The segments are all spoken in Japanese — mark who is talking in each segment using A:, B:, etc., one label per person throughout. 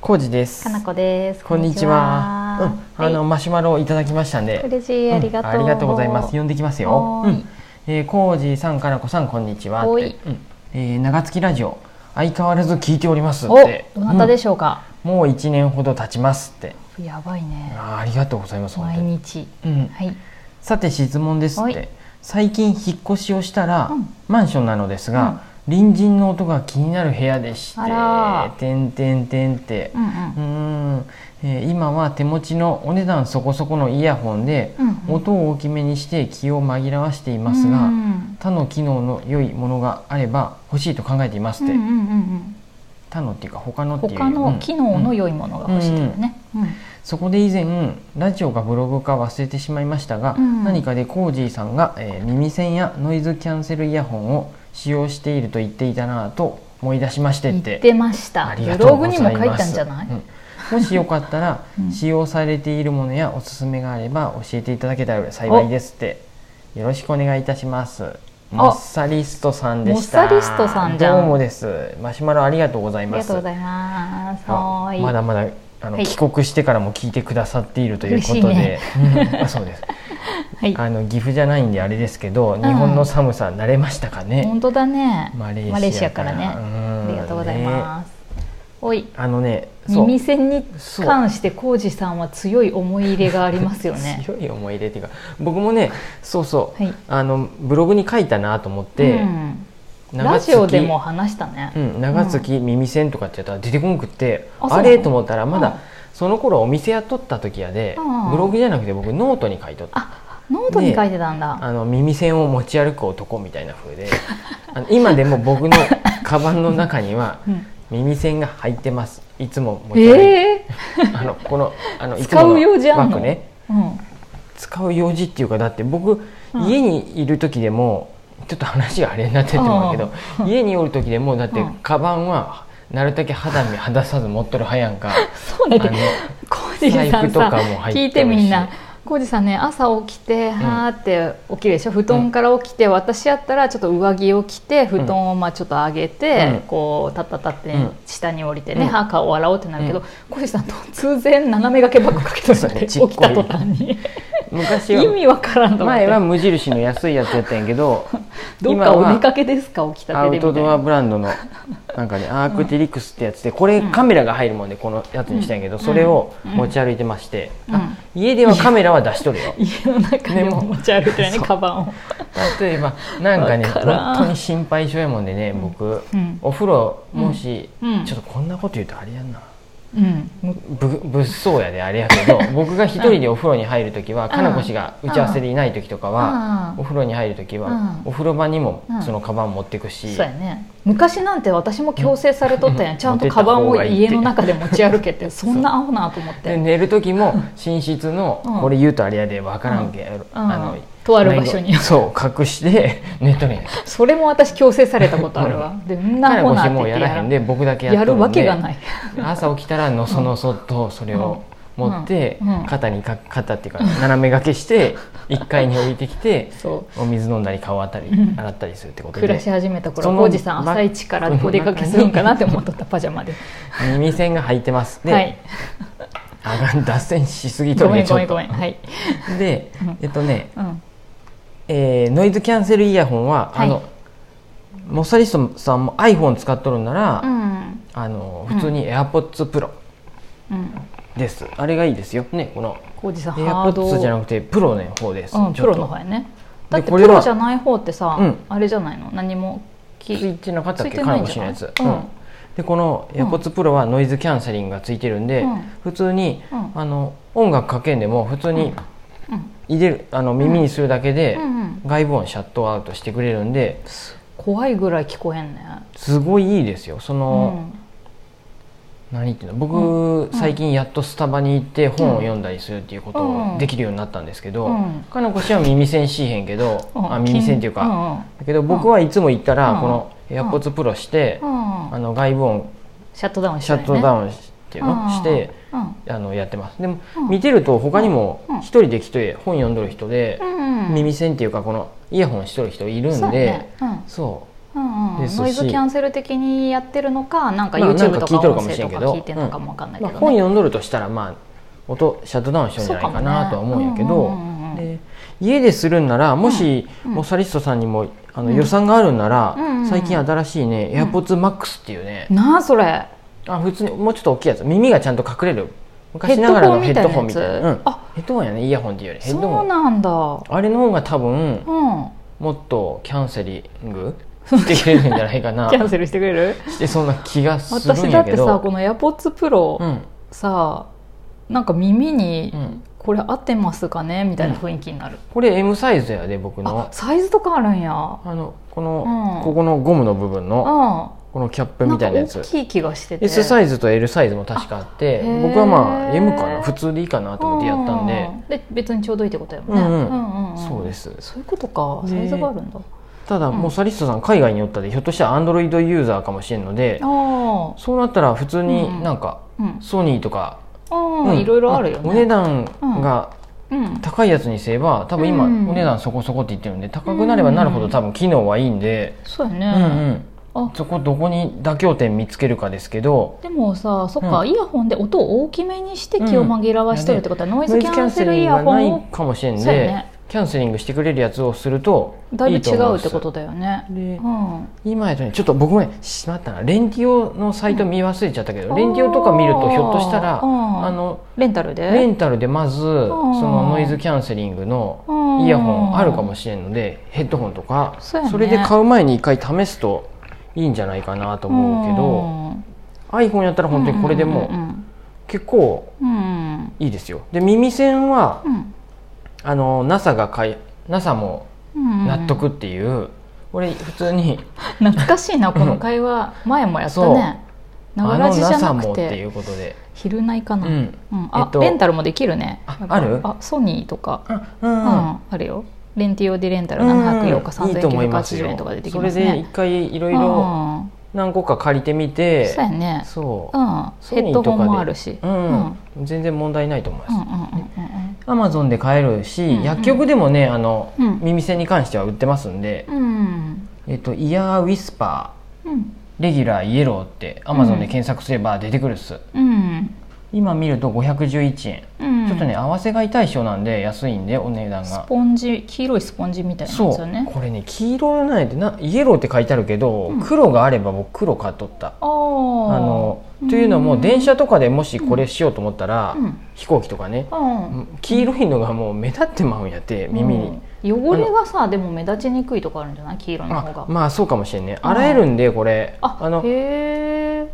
A: コウジです
B: かなこです。
A: こんにちはうん、あの、
B: は
A: マシュマロをいただきましたん
B: い、
A: で
B: 嬉しい、ありがとう、
A: んありがとうございます呼んできますよ
B: はーい
A: うんえーコウジさんかなこさんこんにちはって
B: おい
A: うんえー長月ラジオ相変わらず聞いておりますっ
B: お
A: て、
B: どなたで
A: し
B: しょうか。
A: ょもう一年ほど経ちますって
B: やばいね。
A: あーありがとうございます本
B: 毎
A: 当に、
B: 日。
A: うん、
B: はい。
A: さて質問ですって
B: おい
A: 最近引っ越しをしたら、
B: うん
A: マンションなのですが、隣人の音が気になる部屋でして
B: あら
A: てんてんてんって
B: うんう
A: うー
B: ん。
A: ん、えー今は手持ちのお値段そこそこのイヤホンで
B: うんうん
A: 音を大きめにして気を紛らわしていますが、
B: うん
A: 他の機能の良いものがあれば欲しいと考えています
B: うん
A: って、
B: うんうんうん。
A: 他のっていうか他のっていう
B: 他の機能の
A: うん
B: 良いものが欲しいよね。うん
A: そこで以前ラジオかブログか忘れてしまいましたが、
B: うん
A: 何かでコージーさんが、えー耳栓やノイズキャンセルイヤホンを使用していると言っていたなぁと思い出しましてっ
B: 言っててました。
A: ありが
B: ブ
A: とう
B: ロ
A: ご
B: グ
A: ざ
B: に
A: いま
B: も
A: す
B: 書いたんじゃない？
A: うんもしよかったら、
B: うん
A: 使用されているものやおすすめがあれば教えていただけたら幸いですってよろしくお願いいたしますモッサリストさんでした
B: モッサリストさんじゃん
A: どうもですマシュマロありがとうござい
B: あり
A: ま
B: が
A: す
B: とうございます。
A: あ
B: はーい。
A: まだまだあの、
B: はい
A: 帰国してからも聞いてくださっているということで、うんあそうです
B: はい。
A: あの岐阜じゃないんであれですけど日本の寒さ慣れましたかね、
B: 本当だね。
A: マレーシア
B: からね。
A: うん
B: ありがとうございます。おい。
A: あのねそう
B: 耳栓に
A: そう
B: 関して浩二さんは強い思い入れがありますよね。
A: 強い思い入れっていうか僕もねそうそう、
B: はい
A: あのブログに書いたなと思って、
B: うん
A: 長
B: ラ
A: 月
B: ジオでも話したね。
A: うん、長月耳栓とかってやったら出てこんくって、
B: あそうな
A: あ
B: の
A: れと思ったらまだ、
B: うん
A: その頃お店やっとった時やで、
B: うん
A: ブログじゃなくて僕ノートに書いとった
B: あ、ノートに書いてたんだ。
A: あの耳栓を持ち歩く男みたいな風であの今でも僕のカバンの中には
B: うん
A: 耳栓が入ってますいつも持ち歩いて、
B: ええ
A: あのこのあのいつも
B: 使う用事
A: の
B: あ
A: バ
B: ん
A: ッ
B: の？
A: グね
B: うん。
A: 使う用事っていうかだって僕、
B: うん
A: 家にいる時でもちょっと話があれになってってもらうけど、家におる時でもだって、
B: うん
A: カバンはなるだけ肌身離さず持っとる派やん か
B: そうだけど
A: あ、
B: 浩二さ
A: 財
B: ん
A: 布と
B: さ
A: かも入ってるし
B: 聞いてみんな。浩二さんね朝起きてはーって起きるでしょ、布団から起きて私やったらちょっと上着を着て布団をまあちょっと上げて、
A: うん
B: こうたったたって
A: うん
B: 下に降りてね、
A: うん
B: 歯顔を洗おうってなるけど、
A: うん
B: 浩二さん突然斜め掛けばっかかけて
A: そう
B: る
A: だ
B: っ
A: ね
B: て
A: ちっこ
B: 起
A: い
B: きた途端に
A: 昔
B: 意
A: は
B: 味わからんと思って
A: 前は無印の安いやつやったんやけど
B: どっかお出かけですか起きた
A: ア
B: てで
A: ウ
B: み
A: ト
B: たい
A: ドア
B: な
A: ブランドのなんかねアークテリクスってやつでこれカメラが入るもんでこのやつにしたんやけど、
B: うん
A: それを持ち歩いてまして、
B: うん
A: あ家ではカメラは出しとるよ
B: 家の中
A: で
B: に
A: も
B: も持ち歩いてる ね
A: そう
B: カバンを
A: 例えばなんかね
B: わからん
A: 本当に心配性やもんでね僕、
B: うん
A: お風呂もし、
B: うんうん
A: ちょっとこんなこと言うとあれやんな
B: うん
A: ぶ物騒やであれやけ ど僕が一人でお風呂に入る時は、かなこ氏が打ち合わせでいない時とかは、
B: うん
A: お風呂に入る時は、
B: うん
A: お風呂場にも
B: うん
A: そのカバン持ってくし、
B: そうやね昔なんて私も強制されとったや
A: うん
B: んちゃんとカバンを家の中で持ち歩け ってそんなアホなと思っ
A: で
B: て
A: 寝る時も寝室の、
B: うん
A: これ言うとあれやで分からんけ、
B: うんうんとある場所に
A: そう隠して寝とるんやけど
B: それも私強制されたことあるわでんな
A: 彼
B: アホ
A: も
B: な
A: し
B: って
A: もう
B: 言
A: や
B: って
A: らへんで僕だけやっ
B: や
A: とる
B: る
A: んで
B: わけがない
A: 朝起きたらのそのそっとそれを持って
B: うんうん
A: 肩にか肩っていうか斜め掛け して1階に置いてきて
B: そ
A: お水飲んだり顔あたり
B: うん
A: 洗ったりするってこと
B: 暮らし
A: で
B: 始めた
A: そ
B: 頃
A: の
B: 浩二さん朝一からお出かけするんかなって思っとったパジャマで
A: 耳栓が入ってます
B: は
A: で
B: い
A: あがん脱線しすぎと
B: ご
A: る
B: め
A: ね
B: ん
A: ち
B: ご
A: ょっ
B: めんご
A: と
B: めんはい
A: で
B: うん
A: えっとね
B: うん
A: えーノイズキャンセルイヤホンはあ
B: はい
A: のモッサリストさんも iPhone 使っとるんな
B: う
A: ら
B: ん
A: あの普通に AirPods Pro
B: うん
A: ですあれがいいですよねこの
B: 浩二さん
A: エ
B: ハ
A: ア
B: ー
A: ポッ
B: ド
A: ツじゃなくてプロの方です、
B: うん、
A: ちょっ
B: プロ
A: と
B: の方やねだって
A: こ
B: プ
A: れは
B: ロじゃない方ってさ、
A: うん
B: あれじゃないの何も
A: つ
B: き
A: いてなかったっけ
B: ついて
A: カ
B: な
A: ナ
B: いん
A: コ
B: じゃ
A: 氏の
B: ない
A: やつ、
B: うん
A: うんでこのエアポッツプロはノイズキャンセリングがついてるんで、
B: うん
A: 普通に、
B: うん
A: あの音楽かけんでも普通に
B: うん
A: 入れるあの耳にするだけで、
B: うんうん
A: 外部音シャットアウトしてくれるんで
B: 怖いぐらい聞こえんね
A: すごいいいですよそうの、
B: ん
A: 何言っていうの僕、最近やっとスタバに行って本を読んだりするっていうこと
B: う
A: を
B: ん
A: できるようになったんですけど、
B: うん
A: かなこ氏は耳栓しいへんけど、
B: うん
A: あ耳栓っていうか、だけど僕はいつも行ったら、
B: うん
A: このエアポッツプロして、
B: うんうんう
A: あ
B: ん
A: の外部音
B: シャットダウンし
A: シャ
B: てない
A: ッ
B: ね
A: トダウンしていうの、
B: うん
A: して
B: うん
A: あのやってますでも、
B: うん
A: 見てると他にも
B: うん
A: 一人で来て本読んどる人で、
B: うん
A: 耳栓っていうかこのイヤホンしとる人いる
B: そ
A: ん
B: う
A: で、
B: やねうん
A: そ
B: うんうん、
A: ですし
B: ノイズキャンセル的にやってるのかなんか
A: まあなんか
B: YouTube とか
A: 聞いてるか
B: 音
A: も
B: 声
A: しれ
B: と
A: んけ
B: か
A: ど
B: 聞いてるのかもわかんないけ
A: ま
B: ど、
A: あ、
B: ね
A: 本読んどるとしたらまあ音シャットダウンしようんじ
B: そ
A: ゃな
B: う
A: い
B: かも
A: か
B: ね
A: なとは思うんやけど、
B: うんうんうんうん
A: で家でするんならもし、
B: うんうん
A: モッサリストさんにもあの、
B: うん
A: 予算があるんなら、
B: うんうんうん
A: 最近新しいね
B: うん
A: AirPodsMax っていうね、
B: なあそれ
A: あ普通にもうちょっと大きいやつ耳がちゃんと隠れる
B: ヘ
A: 昔
B: ッ
A: な
B: ド
A: がら
B: ホ
A: の
B: ン
A: ヘッ
B: みたい
A: ド
B: な
A: ホン
B: や
A: み
B: つ
A: たいな、うん
B: あ
A: ヘッドホンやねイヤホンっていうよりヘッドホ
B: そう
A: ン
B: なんだ
A: あれの方が多分
B: うん
A: もっとキャンセリングしてくれるんじゃないかな
B: キャンセルしてくれる
A: してそんな気がするん
B: 私だ
A: や
B: っ
A: け
B: て
A: ど
B: さこの AirPods Pro、
A: うん
B: さなんか耳に
A: うん、
B: これ合ってますかねみたいな雰囲気になる、
A: これ M サイズやで僕の
B: あサイズとかあるんや
A: あのこの、
B: うん
A: ここのゴムの部分の
B: う
A: このキャップ
B: んな
A: み
B: ん
A: た
B: か
A: いなやつ
B: 大きい気がしてて
A: S サイズと L サイズも確かあって
B: あへー
A: 僕はまあ M かな普通でいいかなと思ってやったんで
B: でで別にちょうどいいってことやもんね、
A: うんうん
B: んん
A: そうです
B: そういうことか
A: で
B: サイズがあるんだ
A: ただ
B: うん
A: もうサリストさん海外におったでひょっとしたら Android ユーザーかもしれんので
B: ああ
A: そうなったら普通
B: うん
A: になんか
B: うん
A: ソニーとか
B: あ
A: う
B: あ
A: ん
B: いろいろあるよね
A: お値段が
B: うん
A: 高いやつにすれば多分今お
B: うん
A: 値段そこそこって言ってるんで高くなればなるほど多分機能はいいんで
B: そうや
A: う
B: ね、
A: んうん
B: あ
A: そこどこに妥協点見つけるかですけど
B: でもさそっか、
A: うん
B: イヤホンで音を大きめにして気を紛らわしとるってことは、ノイズキャンセルイヤホン
A: ノイズキャンセリングが
B: を
A: ないかもしれん
B: そうや
A: で
B: ね
A: キャンセリングしてくれるやつをすると
B: だいぶ違
A: と思
B: う
A: ま
B: っ
A: す
B: てことだよね
A: で
B: うん
A: 今やとねちょっと僕もねしまったなレンティオのサイト見忘れちゃったけど、
B: うん
A: レンティオとか見るとひょっとしたら
B: あー
A: あの
B: レンタルで
A: レンタルでまずそ
B: ん
A: のノイズキャンセリングのイヤホンあるかもしれんのでヘッドホンとか
B: そうやね
A: れで買う前に一回試すといいんじゃないかなと思うけど iPhone やったら本当にこれでもう結構
B: うんうん
A: いいですよで耳栓は
B: うん
A: あの NASA が買い NASA も
B: うん
A: 納得っていう、俺普通に
B: 懐かしいなこの会話前もやった
A: そう
B: ねなが
A: あ
B: ら
A: の
B: じじゃ
A: NASA
B: な
A: も
B: く
A: ってい
B: て
A: うことで
B: 昼内かな、
A: う
B: うん
A: ん
B: あ
A: えっと
B: レンタルもできるね
A: あ
B: なんか
A: ある
B: あソニーとか、
A: あ
B: うん
A: う
B: あるよレンティオでレンタル
A: ん、
B: 704か
A: いいと思います
B: 3980
A: よ
B: 円とかででき
A: そ
B: ま
A: れ
B: す
A: で一
B: ね
A: 回いろいろ
B: あ
A: 何個か借りてみ
B: あ
A: て
B: そうやね
A: そう
B: う、ん
A: ソ
B: ヘ
A: ニ
B: ッ
A: ーと
B: ド
A: かで
B: ホンもあるし
A: うん全然問題ないと思います、
B: うんうんうん
A: アマゾンで買えるし、
B: うんうん
A: 薬局でもねあの、
B: うん
A: 耳栓に関しては売ってますんで、
B: うんうん
A: えっと、イヤーウィスパ
B: うん
A: ーレギュラーイエローってアマゾンで検索すれば出てくるっす、
B: うん
A: 今見ると511円、
B: うん
A: ちょっとね合わせ買い対象なんで安いんでお値段
B: ス
A: が
B: ポンジ黄色いスポンジみたいなやつ
A: そ
B: よ
A: う、
B: ね
A: これね黄色のないでなイエローって書いてあるけど、
B: うん
A: 黒があれば僕黒買っとった
B: あ
A: あ
B: あ
A: のというのも電車とかでもしこれしようと思ったら、
B: うん
A: 飛行機とかね、
B: うん
A: 黄色いのがもう目立ってまうんやって耳に、
B: うん汚れがさでも目立ちにくいとかあるんじゃない黄色の方
A: あ
B: が
A: まあそうかもしれんね洗えるんでこれ
B: あ
A: の
B: へえ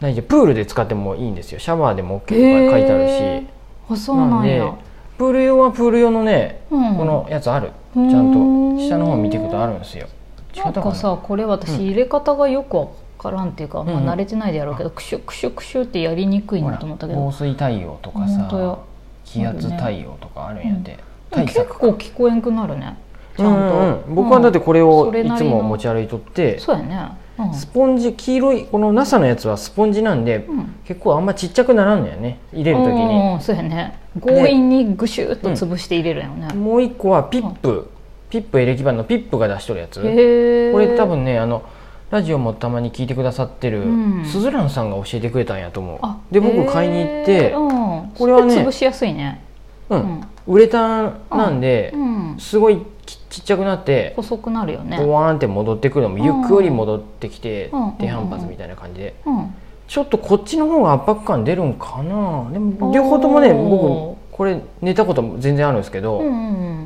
A: 何じゃプールで使ってもいいんですよシャワーでも OK とか書いてあるし、
B: あそうなんや
A: なんでプール用はプール用のね、
B: うん
A: このやつあるちゃ
B: うん
A: んと下の方見ていくとあるんですよ違
B: な
A: っ
B: ん
A: たか
B: か
A: な
B: さこれ私入れ方がよくわからんっていうか、
A: うんうん
B: まあ、慣れてないでやろうけど、クシュクシュクシュってやりにくい
A: ほ
B: な
A: ら
B: と思ったけ
A: 防
B: ど
A: 水対応とか
B: 本当や
A: さ気圧対応とかあるんやって、
B: でも
A: 対
B: 結
A: 策
B: 構聞こえんくなるねち
A: う
B: ゃんと、
A: んうん、僕はだってこれ
B: うん
A: を
B: それ
A: い
B: な
A: つ
B: りの
A: も持ち歩いとって、
B: そうやねうん
A: スポンジ黄色いこの NASA のやつはスポンジなんで、
B: うん
A: 結構あんまちっちゃくならんのよね入れる時に、
B: うんそうやね強引にぐしゅっと潰して入れるやんね、
A: もう一個はピップ、ピップエレキバンのピップが出しとるやつ、
B: へえ
A: これ多分ねあのラジオもたまに聞いてくださってる
B: うん
A: すずらんさんが教えてくれたんやと思
B: あ
A: うで僕買いに行って
B: へー、うん、
A: これはね
B: すごい潰しやすいね
A: う、
B: うん
A: ウレタンなんで、
B: うん、
A: すごいきちっちゃくなって
B: 細くなるよね
A: ボワーンって戻ってくるのもゆっくり戻ってきて
B: うん
A: 低反発みたいな感じで
B: うん
A: ちょっとこっちの方が圧迫感出るんかなでも両方ともね
B: おー
A: 僕これ寝たことも全然あるんですけど、
B: うんう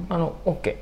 B: ん
A: あの OK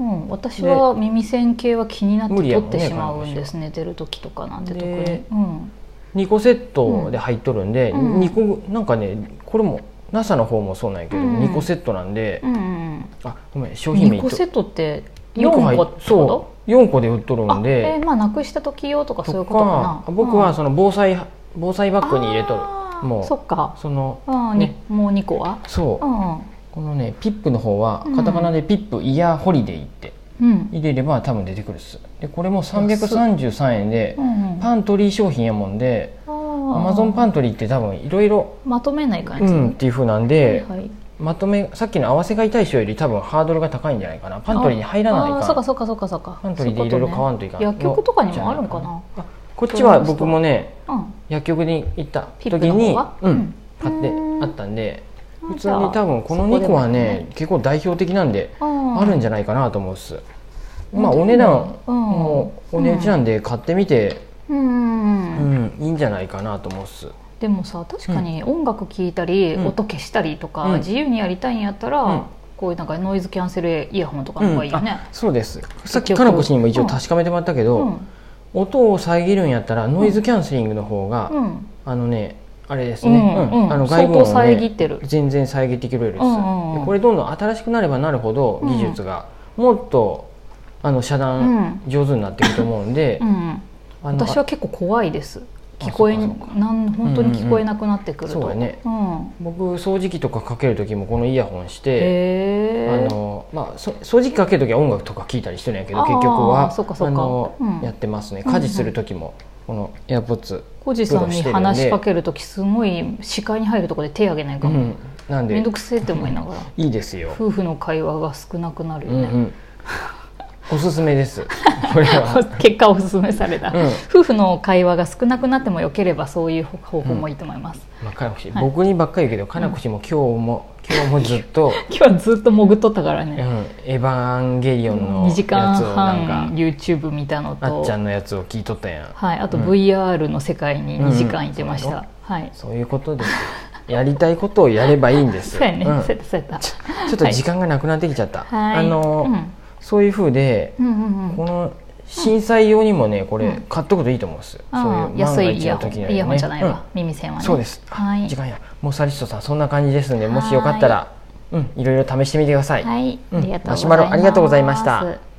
B: うん、うん、私は耳栓系は気になって
A: 無理や
B: 取
A: も
B: っ
A: んね
B: てしまうんですね寝てる時とかなんて特に
A: で、
B: うん、
A: 2個セットで入っとるんで、
B: うん
A: 二個なんかねこれも NASA の方もそうなんやけど、
B: うん
A: 二2個セットなんで、
B: うんうん
A: あごめん商品名
B: 2
A: 言
B: 個
A: っと
B: セットって
A: 二
B: 4個
A: 入
B: っ
A: って
B: こ
A: そう4個で売っとる
B: とあ
A: んで、
B: えーまあなくした時用とかそうい
A: と
B: うことか
A: か
B: な
A: 僕はその防災防災バッグに入れとる
B: あー
A: もう
B: そっか、
A: その
B: うん
A: ね
B: にもう2個は
A: そう
B: う、んうん
A: このねピップの方は
B: うん
A: カタカナでピップイヤーホリデーって
B: うん
A: 入れれば多分出てくるっすでこれも333円で
B: うん
A: パントリー商品やもんで
B: ア
A: アマゾンパントリーって多分いろいろ
B: まとめない感
A: う
B: じ、
A: んっていう風なん
B: はい
A: で、
B: はい、
A: ままとめさっきの合わせ買い対象より多分ハードルが高いんじゃないかなパントリーに入らない
B: あ
A: か
B: あ
A: ら
B: そうかそうかそうかそうか
A: パントリーでいろいろ買わんといかん
B: そううことね薬局とかにもあるんか
A: じゃ
B: な
A: あこっちは僕もね
B: うん
A: 薬局に行った
B: ピップ
A: 時
B: の方
A: に
B: は
A: うん
B: う
A: 買
B: ん
A: って
B: うん
A: あったんで普通
B: じゃあ
A: に多分この2個はね結構代表的なんで
B: そこでもね
A: あるん
B: ん
A: じゃないかなと思うっす
B: うん
A: まあお値段
B: うん
A: もうお値打ちなんで買ってみて
B: うん
A: うんいいんじゃないかなと思うっす
B: でもさ確かに音楽聴いたり、
A: うん
B: 音消したりとか、
A: うん
B: 自由にやりたいんやったら、
A: うん
B: こういうなんかノイズキャンセルイヤホンとかの方がいいよね
A: あ、そうですさっきかなこ氏にも一応確かめてもらったけ
B: う
A: ど、
B: ん
A: 音を遮るんやったらノイズキャンセリングの方が、
B: うん
A: あのねあれですね、
B: うんうん
A: あの
B: 相
A: 外
B: 当
A: 部音を、
B: 遮ってる
A: ね、全然遮ってくれるんですよ、
B: うんうんうん
A: でこれどんどん新しくなればなるほど
B: うん
A: 技術がもっとあの遮断上手になっていくと思うんで、
B: うん、
A: あの
B: 私は結構怖いです
A: あ
B: 聞こえ
A: そうかそうか
B: なん本当に聞こえなくなってくると、
A: うんうんうんそうだね
B: ん
A: 僕掃除機とかかける時もこのイヤホンして、
B: へ
A: あ
B: え
A: のまあ、そ掃除機かける時は音楽とか聞いたりしてるんやけど
B: あー
A: 結局は
B: そうかそう
A: あ
B: か
A: の、
B: うん
A: やってますね
B: うんうん
A: 家事する時もこの AirPods、
B: 小路さんに話しかける時すごい視界に入るところで手挙げないか
A: う
B: ら、
A: ん、なん
B: め
A: で
B: んどくせえって思いながら
A: いいですよ
B: 夫婦の会話が少なくなるよ
A: うんう
B: ね、
A: ん、おすすめですこれ は
B: 結果おすすめされた、
A: うん
B: 夫婦の会話が少なくなってもよければそういう方法もいいと思います、
A: まあ、かなこし、
B: はい
A: 僕にばっかり言うけどかなこしも今日も今日もずっと、
B: 今日はずっともぐっとったから
A: うん、
B: ね、
A: エヴァンゲリオンの
B: 2時間
A: やつをな
B: 半
A: んか
B: YouTube 見たの
A: あ
B: と
A: っちゃんのやつを聞いとったやん、
B: はい、あと
A: うん
B: VR の世界に2時間いてました、
A: うんうん
B: はい
A: そういうことですやりたいことをやればいいんです
B: そうやね、
A: うん
B: そうやったそうやった
A: ちょっと時間がなくなってきちゃった、
B: はい
A: あの、そういうふうで
B: うん、うんうんうん
A: この震災用にもねこれ、
B: うん
A: 買っとくといいと思うんですよ、
B: あ
A: そう
B: あ
A: いう万
B: 安
A: が
B: い
A: 一の
B: イヤホン、
A: 時にはね
B: イヤホンじゃないわ、
A: うん
B: 耳栓はね
A: そうです。
B: は
A: あ
B: い
A: 時間や。もうサリストさんそんな感じですので、もしよかったら、うん、いろいろ試してみてください。
B: はい、
A: うん
B: ありがとうございます
A: マシュマロありがとうございました